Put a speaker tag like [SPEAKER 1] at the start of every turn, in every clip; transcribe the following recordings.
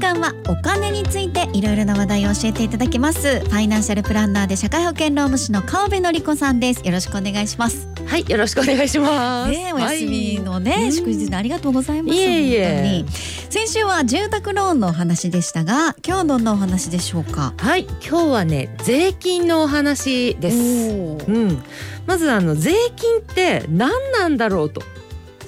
[SPEAKER 1] さんはお金についていろいろな話題を教えていただきますファイナンシャルプランナーで社会保険労務士の川辺典子さんですよろしくお願いします
[SPEAKER 2] はい、よろしくお願いします。
[SPEAKER 1] ねえお休みのね、
[SPEAKER 2] はい
[SPEAKER 1] 祝日でありがとうございます
[SPEAKER 2] いえいえ
[SPEAKER 1] 本当に先週は住宅ローンのお話でしたが今日はどんなお話でしょうか
[SPEAKER 2] はい、今日はね、税金のお話です。
[SPEAKER 1] おー
[SPEAKER 2] うん、まずあの税金って何なんだろうと。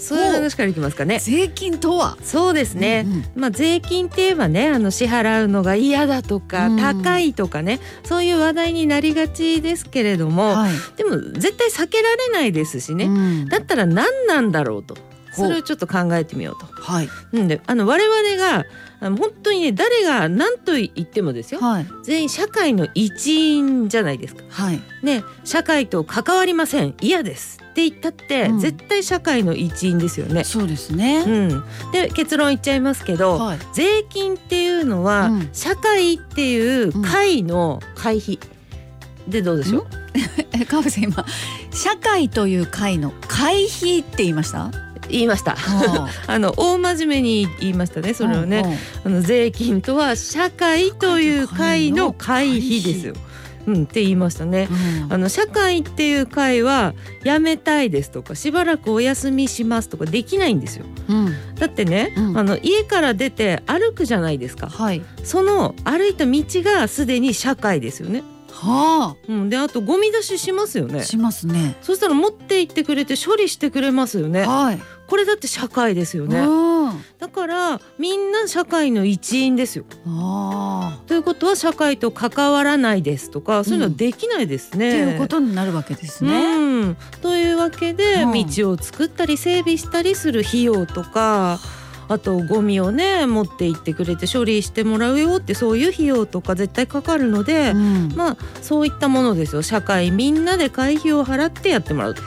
[SPEAKER 2] そういう話からいきますかね。
[SPEAKER 1] 税金とは
[SPEAKER 2] そうですね。
[SPEAKER 1] うんうん
[SPEAKER 2] まあ、税金って言えばねあの支払うのが嫌だとか、
[SPEAKER 1] うん
[SPEAKER 2] 高いとかねそういう話題になりがちですけれども、
[SPEAKER 1] はい
[SPEAKER 2] でも絶対避けられないですしね、
[SPEAKER 1] うん
[SPEAKER 2] だったら何なんだろうと
[SPEAKER 1] ほう
[SPEAKER 2] それをちょっと考えてみようと。
[SPEAKER 1] はい
[SPEAKER 2] うんであの我々があの本当にね誰が何と言ってもですよ
[SPEAKER 1] はい
[SPEAKER 2] 全員社会の一員じゃないですか。
[SPEAKER 1] はい
[SPEAKER 2] ね社会と関わりません嫌ですって言ったって、
[SPEAKER 1] うん
[SPEAKER 2] 絶対社会の一員ですよね。
[SPEAKER 1] そうですね、
[SPEAKER 2] うん、で結論言っちゃいますけど、
[SPEAKER 1] はい
[SPEAKER 2] 税金っていうのは、
[SPEAKER 1] うん
[SPEAKER 2] 社会っていう会の会費、でどうでしょう、
[SPEAKER 1] え 川辺さん今社会という会の会費って言いま した
[SPEAKER 2] 言いました。あの大真面目に言いましたねそれをね。
[SPEAKER 1] うんうん
[SPEAKER 2] あの税金とは社会という会の会費ですよ。うん、って言いましたね。
[SPEAKER 1] うん
[SPEAKER 2] あの社会っていう会はやめたいですとかしばらくお休みしますとかできないんですよ。
[SPEAKER 1] うん
[SPEAKER 2] だってね、
[SPEAKER 1] うん
[SPEAKER 2] あの家から出て歩くじゃないですか。
[SPEAKER 1] はい
[SPEAKER 2] その歩いた道がすでに社会ですよね。
[SPEAKER 1] は
[SPEAKER 2] うん、であとゴミ出ししますよ
[SPEAKER 1] あ
[SPEAKER 2] ね。
[SPEAKER 1] しますね
[SPEAKER 2] そしたら持って行ってくれて処理してくれますよね。
[SPEAKER 1] はい
[SPEAKER 2] これだって社会ですよね。
[SPEAKER 1] うんあ
[SPEAKER 2] だからみんな社会の一員ですよ。
[SPEAKER 1] あ
[SPEAKER 2] ということは社会と関わらないですとかそういうのはできないですね。
[SPEAKER 1] っていうことになるわけですね、
[SPEAKER 2] うん、というわけで
[SPEAKER 1] うん
[SPEAKER 2] 道を作ったり整備したりする費用とかあとゴミをね持って行ってくれて処理してもらうよってそういう費用とか絶対かかるので、
[SPEAKER 1] うん
[SPEAKER 2] まあそういったものですよ社会みんなで会費を払ってやってもらうと。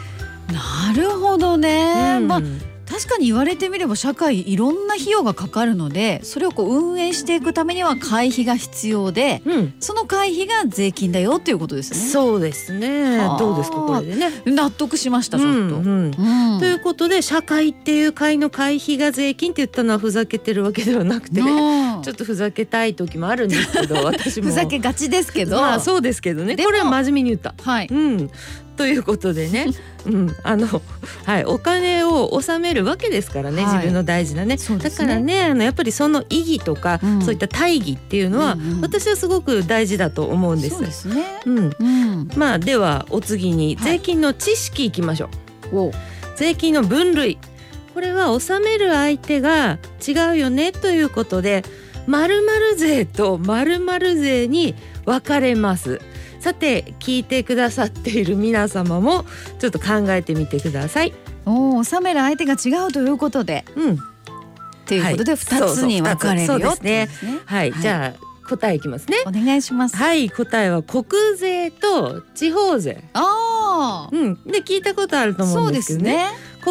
[SPEAKER 1] なるほどね、
[SPEAKER 2] うん
[SPEAKER 1] まあ確かに言われてみれば社会いろんな費用がかかるのでそれをこう運営していくためには会費が必要で
[SPEAKER 2] うん
[SPEAKER 1] その会費が税金だよっていうことですね
[SPEAKER 2] そうですね
[SPEAKER 1] はあ
[SPEAKER 2] どうですかこれでね。
[SPEAKER 1] 納得しましたちょっと、
[SPEAKER 2] うんうん
[SPEAKER 1] うん
[SPEAKER 2] ということで社会っていう会の会費が税金って言ったのはふざけてるわけではなくてね、
[SPEAKER 1] ね
[SPEAKER 2] ちょっとふざけたい時もあるんですけど私も
[SPEAKER 1] ふざけがちですけど、
[SPEAKER 2] まあそうですけどね
[SPEAKER 1] でも
[SPEAKER 2] これは真面目に言った。
[SPEAKER 1] はい、
[SPEAKER 2] うん、ということで ね、うん、あの、はい、お金を納めるわけですからね、
[SPEAKER 1] はい
[SPEAKER 2] 自分の大事なね
[SPEAKER 1] そうで
[SPEAKER 2] だ
[SPEAKER 1] す
[SPEAKER 2] か
[SPEAKER 1] ね
[SPEAKER 2] らねあのやっぱりその意義とか、
[SPEAKER 1] うん
[SPEAKER 2] そういった大義っていうのは、
[SPEAKER 1] うんうん
[SPEAKER 2] 私はすごく大事だと思うんです。
[SPEAKER 1] そうですね。
[SPEAKER 2] うん、
[SPEAKER 1] うん、
[SPEAKER 2] まあではお次に
[SPEAKER 1] はい
[SPEAKER 2] 税金の知識いきましょう。
[SPEAKER 1] お、
[SPEAKER 2] 税金の分類これは納める相手が違うよねということで〇〇税と〇〇税に分かれますさて聞いてくださっている皆様もちょっと考えてみてください
[SPEAKER 1] お納める相手が違うということで、
[SPEAKER 2] うん
[SPEAKER 1] ということで
[SPEAKER 2] はい
[SPEAKER 1] 二つに分かれるよ
[SPEAKER 2] そうそう
[SPEAKER 1] っていうことですね。
[SPEAKER 2] はい、
[SPEAKER 1] はい
[SPEAKER 2] じゃあ答えいきますね
[SPEAKER 1] お願いします。
[SPEAKER 2] はい答えは国税と地方税
[SPEAKER 1] あ
[SPEAKER 2] うんで聞いたことあると
[SPEAKER 1] あ、
[SPEAKER 2] 思
[SPEAKER 1] そううん
[SPEAKER 2] で
[SPEAKER 1] です
[SPEAKER 2] け
[SPEAKER 1] す
[SPEAKER 2] どね
[SPEAKER 1] ね。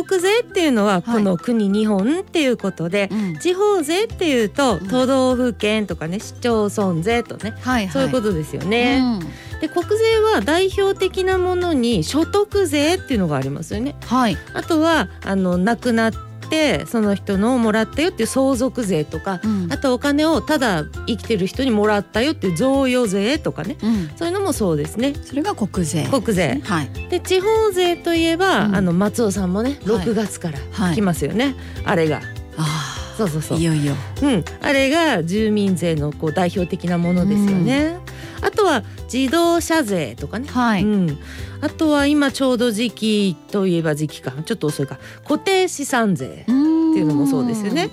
[SPEAKER 2] 国税っていうのはこの国、日本っていうことで
[SPEAKER 1] うん、
[SPEAKER 2] 地方税っていうと
[SPEAKER 1] うん
[SPEAKER 2] 都道府県とかね市町村税とね
[SPEAKER 1] はいはい。
[SPEAKER 2] そういうこととですよね。。で国税は代表的なものに所得税っていうのがありますよね。
[SPEAKER 1] はい。
[SPEAKER 2] あとはあの亡くなってその人のをもらったよっていう相続税とか
[SPEAKER 1] うん
[SPEAKER 2] あとお金をただ生きてる人にもらったよっていう贈与税とかね
[SPEAKER 1] うん、
[SPEAKER 2] そういうのもそうですね。
[SPEAKER 1] それが国税。
[SPEAKER 2] 国税
[SPEAKER 1] はい。
[SPEAKER 2] で地方税といえば、
[SPEAKER 1] うん
[SPEAKER 2] あの松尾さんもね
[SPEAKER 1] はい
[SPEAKER 2] 6月から
[SPEAKER 1] はい
[SPEAKER 2] 来ますよね、あれが
[SPEAKER 1] あ
[SPEAKER 2] そうそう
[SPEAKER 1] あ、
[SPEAKER 2] そう
[SPEAKER 1] いよいよ。
[SPEAKER 2] うん、あれが住民税のこう代表的なものですよね。あとは自動車税とかね。
[SPEAKER 1] は
[SPEAKER 2] う
[SPEAKER 1] い。
[SPEAKER 2] ん、あとは今ちょうど時期といえば時期かちょっと遅いか固定資産税
[SPEAKER 1] ん
[SPEAKER 2] っていうのもそうですよね。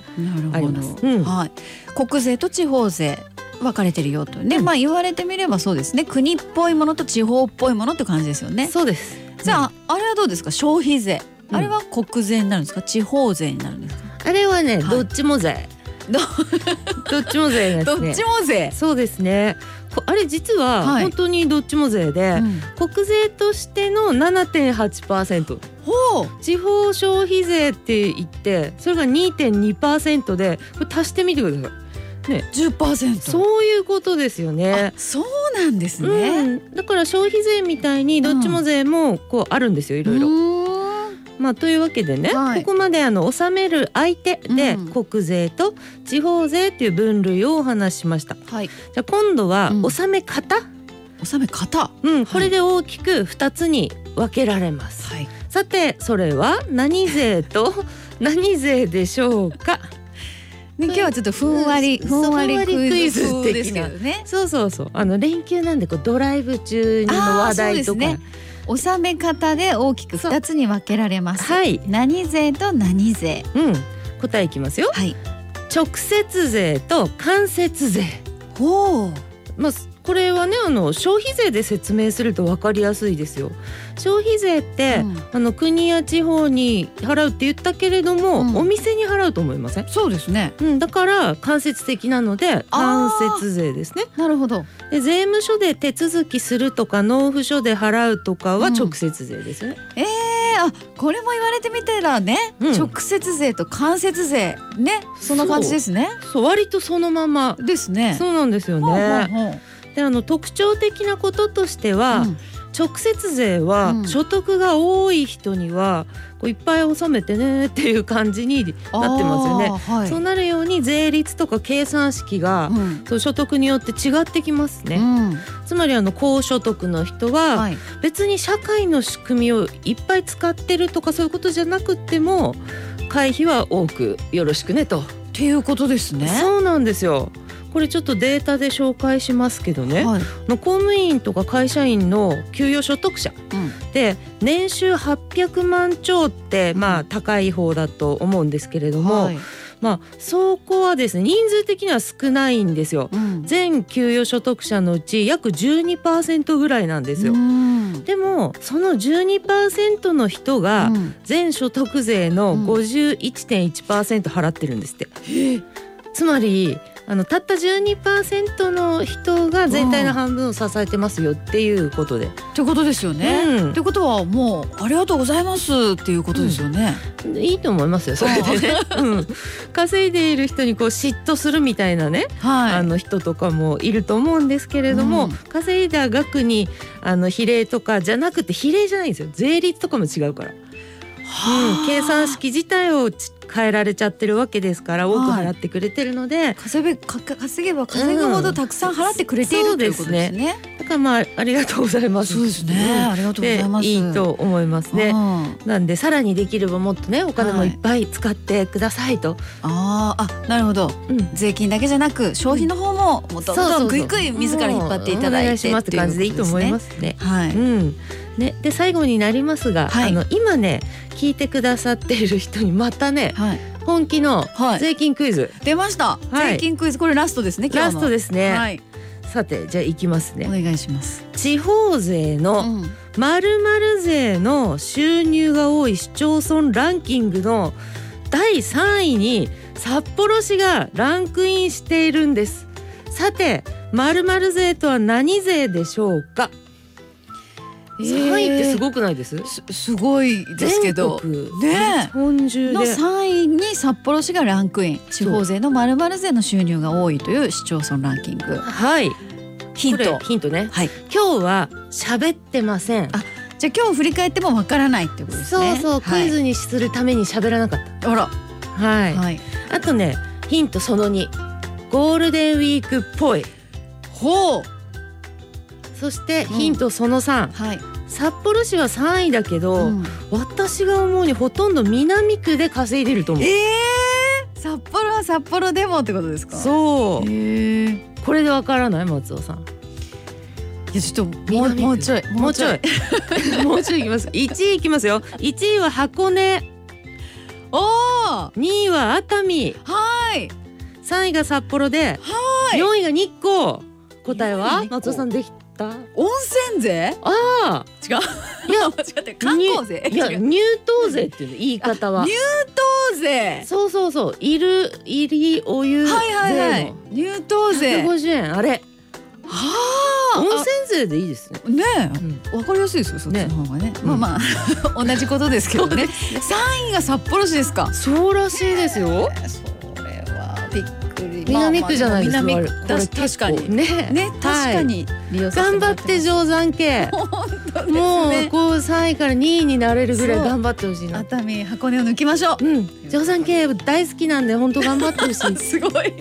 [SPEAKER 1] な
[SPEAKER 2] あ
[SPEAKER 1] る
[SPEAKER 2] り
[SPEAKER 1] ほ
[SPEAKER 2] ます
[SPEAKER 1] ど。
[SPEAKER 2] うん
[SPEAKER 1] はい。国税と地方税分かれてるよとね、
[SPEAKER 2] うん
[SPEAKER 1] まあ言われてみればそうですね。国っぽいものと地方っぽいものって感じですよね。
[SPEAKER 2] そうです
[SPEAKER 1] じゃあ、あれはどうですか消費税、
[SPEAKER 2] うん
[SPEAKER 1] あれは国税になるんですか地方税になるんですか
[SPEAKER 2] あれはね、
[SPEAKER 1] はい
[SPEAKER 2] どっちも税
[SPEAKER 1] ど
[SPEAKER 2] どっちも税ですね
[SPEAKER 1] も税、
[SPEAKER 2] そうですねこあれ実は
[SPEAKER 1] はい
[SPEAKER 2] 本当にどっちも税で、
[SPEAKER 1] うん
[SPEAKER 2] 国税としての7.8%
[SPEAKER 1] ほう
[SPEAKER 2] 地方消費税って言ってそれが2.2%でこれ足してみてください
[SPEAKER 1] 10%
[SPEAKER 2] そういうことですよね
[SPEAKER 1] あ。そうなんですね、
[SPEAKER 2] うん、だから消費税みたいにどっちも税もこうあるんですよいろいろ。
[SPEAKER 1] うーん
[SPEAKER 2] まあ、というわけでね、
[SPEAKER 1] はい
[SPEAKER 2] ここまであの納める相手で、
[SPEAKER 1] うん
[SPEAKER 2] 国税と地方税という分類をお話ししました。じ
[SPEAKER 1] はい。
[SPEAKER 2] ゃあ今度は
[SPEAKER 1] うん
[SPEAKER 2] 納め方、
[SPEAKER 1] 納め方。
[SPEAKER 2] うんこれで大きく2つに分けられます。
[SPEAKER 1] はい。
[SPEAKER 2] さてそれは何 税と何税でしょうか
[SPEAKER 1] ね、今日はちょっとふんわり、
[SPEAKER 2] うん
[SPEAKER 1] ふんわり
[SPEAKER 2] そうふんわり
[SPEAKER 1] クイズ
[SPEAKER 2] クイズ
[SPEAKER 1] 風
[SPEAKER 2] 的な
[SPEAKER 1] ですけどね。
[SPEAKER 2] そうそうそうあの連休なんでこうドライブ中にの話題と
[SPEAKER 1] あーそう
[SPEAKER 2] か、
[SPEAKER 1] ですね納め方で大きく二つに分けられます。
[SPEAKER 2] はい、
[SPEAKER 1] 何税と何税。
[SPEAKER 2] うん、答えいきますよ
[SPEAKER 1] はい。
[SPEAKER 2] 直接税と間接税
[SPEAKER 1] ほう。
[SPEAKER 2] まあ、すこれはねあの消費税で説明すると分かりやすいですよ。消費税って、
[SPEAKER 1] うん
[SPEAKER 2] あの国や地方に払うって言ったけれども、
[SPEAKER 1] うん
[SPEAKER 2] お店に払うと思いません、
[SPEAKER 1] そうですね。
[SPEAKER 2] うん、だから間接的なので間
[SPEAKER 1] あー
[SPEAKER 2] 接税ですね
[SPEAKER 1] なるほど。
[SPEAKER 2] で税務署で手続きするとか納付書で払うとかは
[SPEAKER 1] うん
[SPEAKER 2] 直接税ですよね、
[SPEAKER 1] ええあ、これも言われてみたらね、
[SPEAKER 2] うん
[SPEAKER 1] 直接税と間接税ね、そんな感じですね。
[SPEAKER 2] そう割とそのまま
[SPEAKER 1] ですね。
[SPEAKER 2] そうなんですよね、
[SPEAKER 1] ほうほうほう
[SPEAKER 2] であの特徴的なこととしては、
[SPEAKER 1] うん
[SPEAKER 2] 直接税は
[SPEAKER 1] うん
[SPEAKER 2] 所得が多い人にはこういっぱい納めてねっていう感じになってますよね。
[SPEAKER 1] あーはい。
[SPEAKER 2] そうなるように税率とか計算式が、
[SPEAKER 1] うん
[SPEAKER 2] そう所得によって違ってきます
[SPEAKER 1] う
[SPEAKER 2] ね。
[SPEAKER 1] ん
[SPEAKER 2] つまりあの高所得の人は
[SPEAKER 1] はい。
[SPEAKER 2] 別に社会の仕組みをいっぱい使ってるとかそういうことじゃなくっても会費は多くよろしくねと。
[SPEAKER 1] っていうことですね。
[SPEAKER 2] そうなんですよ。これちょっとデータで紹介しますけどね。
[SPEAKER 1] はい。
[SPEAKER 2] の公務員とか会社員の給与所得者
[SPEAKER 1] うん
[SPEAKER 2] で年収800万兆って
[SPEAKER 1] うん
[SPEAKER 2] まあ高い方だと思うんですけれども、
[SPEAKER 1] はい
[SPEAKER 2] まあそこはですね人数的には少ないんですよ。
[SPEAKER 1] うん
[SPEAKER 2] 全給与所得者のうち約12%ぐらいなんですよ。
[SPEAKER 1] うん
[SPEAKER 2] でもその12%の人が
[SPEAKER 1] うん
[SPEAKER 2] 全所得税の
[SPEAKER 1] うん
[SPEAKER 2] 51.1%払ってるんですって。つまりあのたった12%の人が全体の半分を支えてますよっていうことで。
[SPEAKER 1] ってことですよね。
[SPEAKER 2] うん
[SPEAKER 1] ってことはもうありがとうございますっていうことですよね。
[SPEAKER 2] いいと思いますよそれでね、うん、稼いでいる人にこう嫉妬するみたいなね、
[SPEAKER 1] は
[SPEAKER 2] あ
[SPEAKER 1] い。
[SPEAKER 2] の人とかもいると思うんですけれども、
[SPEAKER 1] うん
[SPEAKER 2] 稼いだ額にあの比例とかじゃなくて比例じゃないんですよ税率とかも違うから、うん、計算式自体をち変えられちゃってるわけですから多く
[SPEAKER 1] はい
[SPEAKER 2] 払ってくれてるので、
[SPEAKER 1] 稼べかか稼げば稼ぐほどたくさん払ってくれている、
[SPEAKER 2] うん
[SPEAKER 1] ということですね。
[SPEAKER 2] だからまあありがとうございます。
[SPEAKER 1] そうですね。ありが
[SPEAKER 2] う
[SPEAKER 1] と
[SPEAKER 2] ん
[SPEAKER 1] うござ
[SPEAKER 2] で
[SPEAKER 1] います。
[SPEAKER 2] いいと思います
[SPEAKER 1] う
[SPEAKER 2] ね。
[SPEAKER 1] ん
[SPEAKER 2] なんでさらにできればもっとねお金も
[SPEAKER 1] はい
[SPEAKER 2] いっぱい使ってくださいと、
[SPEAKER 1] あーあ、なるほど。
[SPEAKER 2] うん、
[SPEAKER 1] 税金だけじゃなく消費の方ももっと
[SPEAKER 2] そうそうそう
[SPEAKER 1] ぐいぐい自ら引っ張っていただいて。
[SPEAKER 2] お願いしますって感じでいいと思いますすね。
[SPEAKER 1] は
[SPEAKER 2] う
[SPEAKER 1] い。
[SPEAKER 2] ん、ねで最後になりますが、
[SPEAKER 1] はい
[SPEAKER 2] あの今ね聞いてくださっている人にまたね
[SPEAKER 1] はい。
[SPEAKER 2] 本気の
[SPEAKER 1] はい
[SPEAKER 2] 税金クイズ、
[SPEAKER 1] 出ました。
[SPEAKER 2] はい
[SPEAKER 1] 税金クイズこれラストですね。今
[SPEAKER 2] ラ
[SPEAKER 1] 日
[SPEAKER 2] ス
[SPEAKER 1] の
[SPEAKER 2] トですね、
[SPEAKER 1] はい。
[SPEAKER 2] さてじゃあいきます
[SPEAKER 1] お
[SPEAKER 2] ね
[SPEAKER 1] 願いします。
[SPEAKER 2] 地方税の
[SPEAKER 1] うん
[SPEAKER 2] まるまる税の収入が多い市町村ランキングの第3位に札幌市がランクインしているんですさてまるまる税とは何税でしょうか3位ってすごくないです、
[SPEAKER 1] すすごいですけど
[SPEAKER 2] 全国
[SPEAKER 1] ねえ
[SPEAKER 2] 日本中
[SPEAKER 1] の
[SPEAKER 2] で
[SPEAKER 1] 3位に札幌市がランクイン地方税の〇〇税の収入が多いという市町村ランキング
[SPEAKER 2] はい
[SPEAKER 1] ヒン
[SPEAKER 2] これ
[SPEAKER 1] ト
[SPEAKER 2] ヒントね
[SPEAKER 1] はい
[SPEAKER 2] 今日は喋ってません
[SPEAKER 1] あじゃあ今日振り返ってもわからないってことです
[SPEAKER 2] そう
[SPEAKER 1] ね
[SPEAKER 2] そう、
[SPEAKER 1] はい
[SPEAKER 2] クイズにするために喋らなかっ
[SPEAKER 1] あら
[SPEAKER 2] たはい、
[SPEAKER 1] はい
[SPEAKER 2] あとねヒントその2ゴールデンウィークっぽい
[SPEAKER 1] ほう
[SPEAKER 2] そして
[SPEAKER 1] うん
[SPEAKER 2] ヒントその3、
[SPEAKER 1] はい
[SPEAKER 2] 札幌市は3位だけど、
[SPEAKER 1] うん
[SPEAKER 2] 私が思うにほとんど南区で稼いでると思う
[SPEAKER 1] えー札幌は札幌でもってことですかう
[SPEAKER 2] そ
[SPEAKER 1] えーいう
[SPEAKER 2] これでわからない松尾さん
[SPEAKER 1] やちょっともう
[SPEAKER 2] 南区
[SPEAKER 1] もうちょい
[SPEAKER 2] もうちょいもうちょいいき ます1位いきますよ1位は箱根
[SPEAKER 1] おおは
[SPEAKER 2] 2位は熱海
[SPEAKER 1] い
[SPEAKER 2] 3位が札幌で
[SPEAKER 1] い
[SPEAKER 2] 4位が日光答え
[SPEAKER 1] 四位
[SPEAKER 2] は
[SPEAKER 1] 日光
[SPEAKER 2] 松尾さんできた
[SPEAKER 1] 温泉税
[SPEAKER 2] あ
[SPEAKER 1] 違う
[SPEAKER 2] いや
[SPEAKER 1] 違って観光税
[SPEAKER 2] いや
[SPEAKER 1] 違う
[SPEAKER 2] 入湯税っていうの言い方は
[SPEAKER 1] 入湯税
[SPEAKER 2] そうそうそういる入りお湯税の
[SPEAKER 1] はいはいはい入湯税
[SPEAKER 2] 150円あれ
[SPEAKER 1] はあ
[SPEAKER 2] 温泉税でいいですね、
[SPEAKER 1] あね
[SPEAKER 2] うん
[SPEAKER 1] えわかりやすいですよそっちの方がねまあまあ同じことですけどね三位が札幌市ですか
[SPEAKER 2] そうらしいですよ
[SPEAKER 1] それはびっくり
[SPEAKER 2] 南区じゃないですか、
[SPEAKER 1] 南
[SPEAKER 2] あ
[SPEAKER 1] 区
[SPEAKER 2] れ
[SPEAKER 1] だ
[SPEAKER 2] これ
[SPEAKER 1] 確かに
[SPEAKER 2] ね
[SPEAKER 1] ね確かに
[SPEAKER 2] 頑張って定山系
[SPEAKER 1] 本当そう
[SPEAKER 2] も
[SPEAKER 1] です
[SPEAKER 2] う
[SPEAKER 1] ね
[SPEAKER 2] こう3位から2位になれるぐらい
[SPEAKER 1] そう
[SPEAKER 2] 頑張ってほしいな
[SPEAKER 1] 熱海箱根を抜きましょう
[SPEAKER 2] うん乗算系大好きなんで本当頑張ってほし
[SPEAKER 1] すごい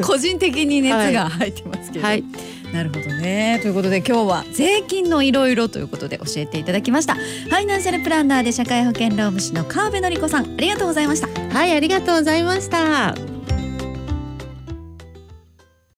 [SPEAKER 1] 個人的に熱が入ってますけ
[SPEAKER 2] い
[SPEAKER 1] ど、
[SPEAKER 2] はい
[SPEAKER 1] なるほどねということで今日は税金のいろいろということで教えていただきましたファイナンシャルプランナーで社会保険労務士の川辺典子さんありがとうございました
[SPEAKER 2] はいありがとうございました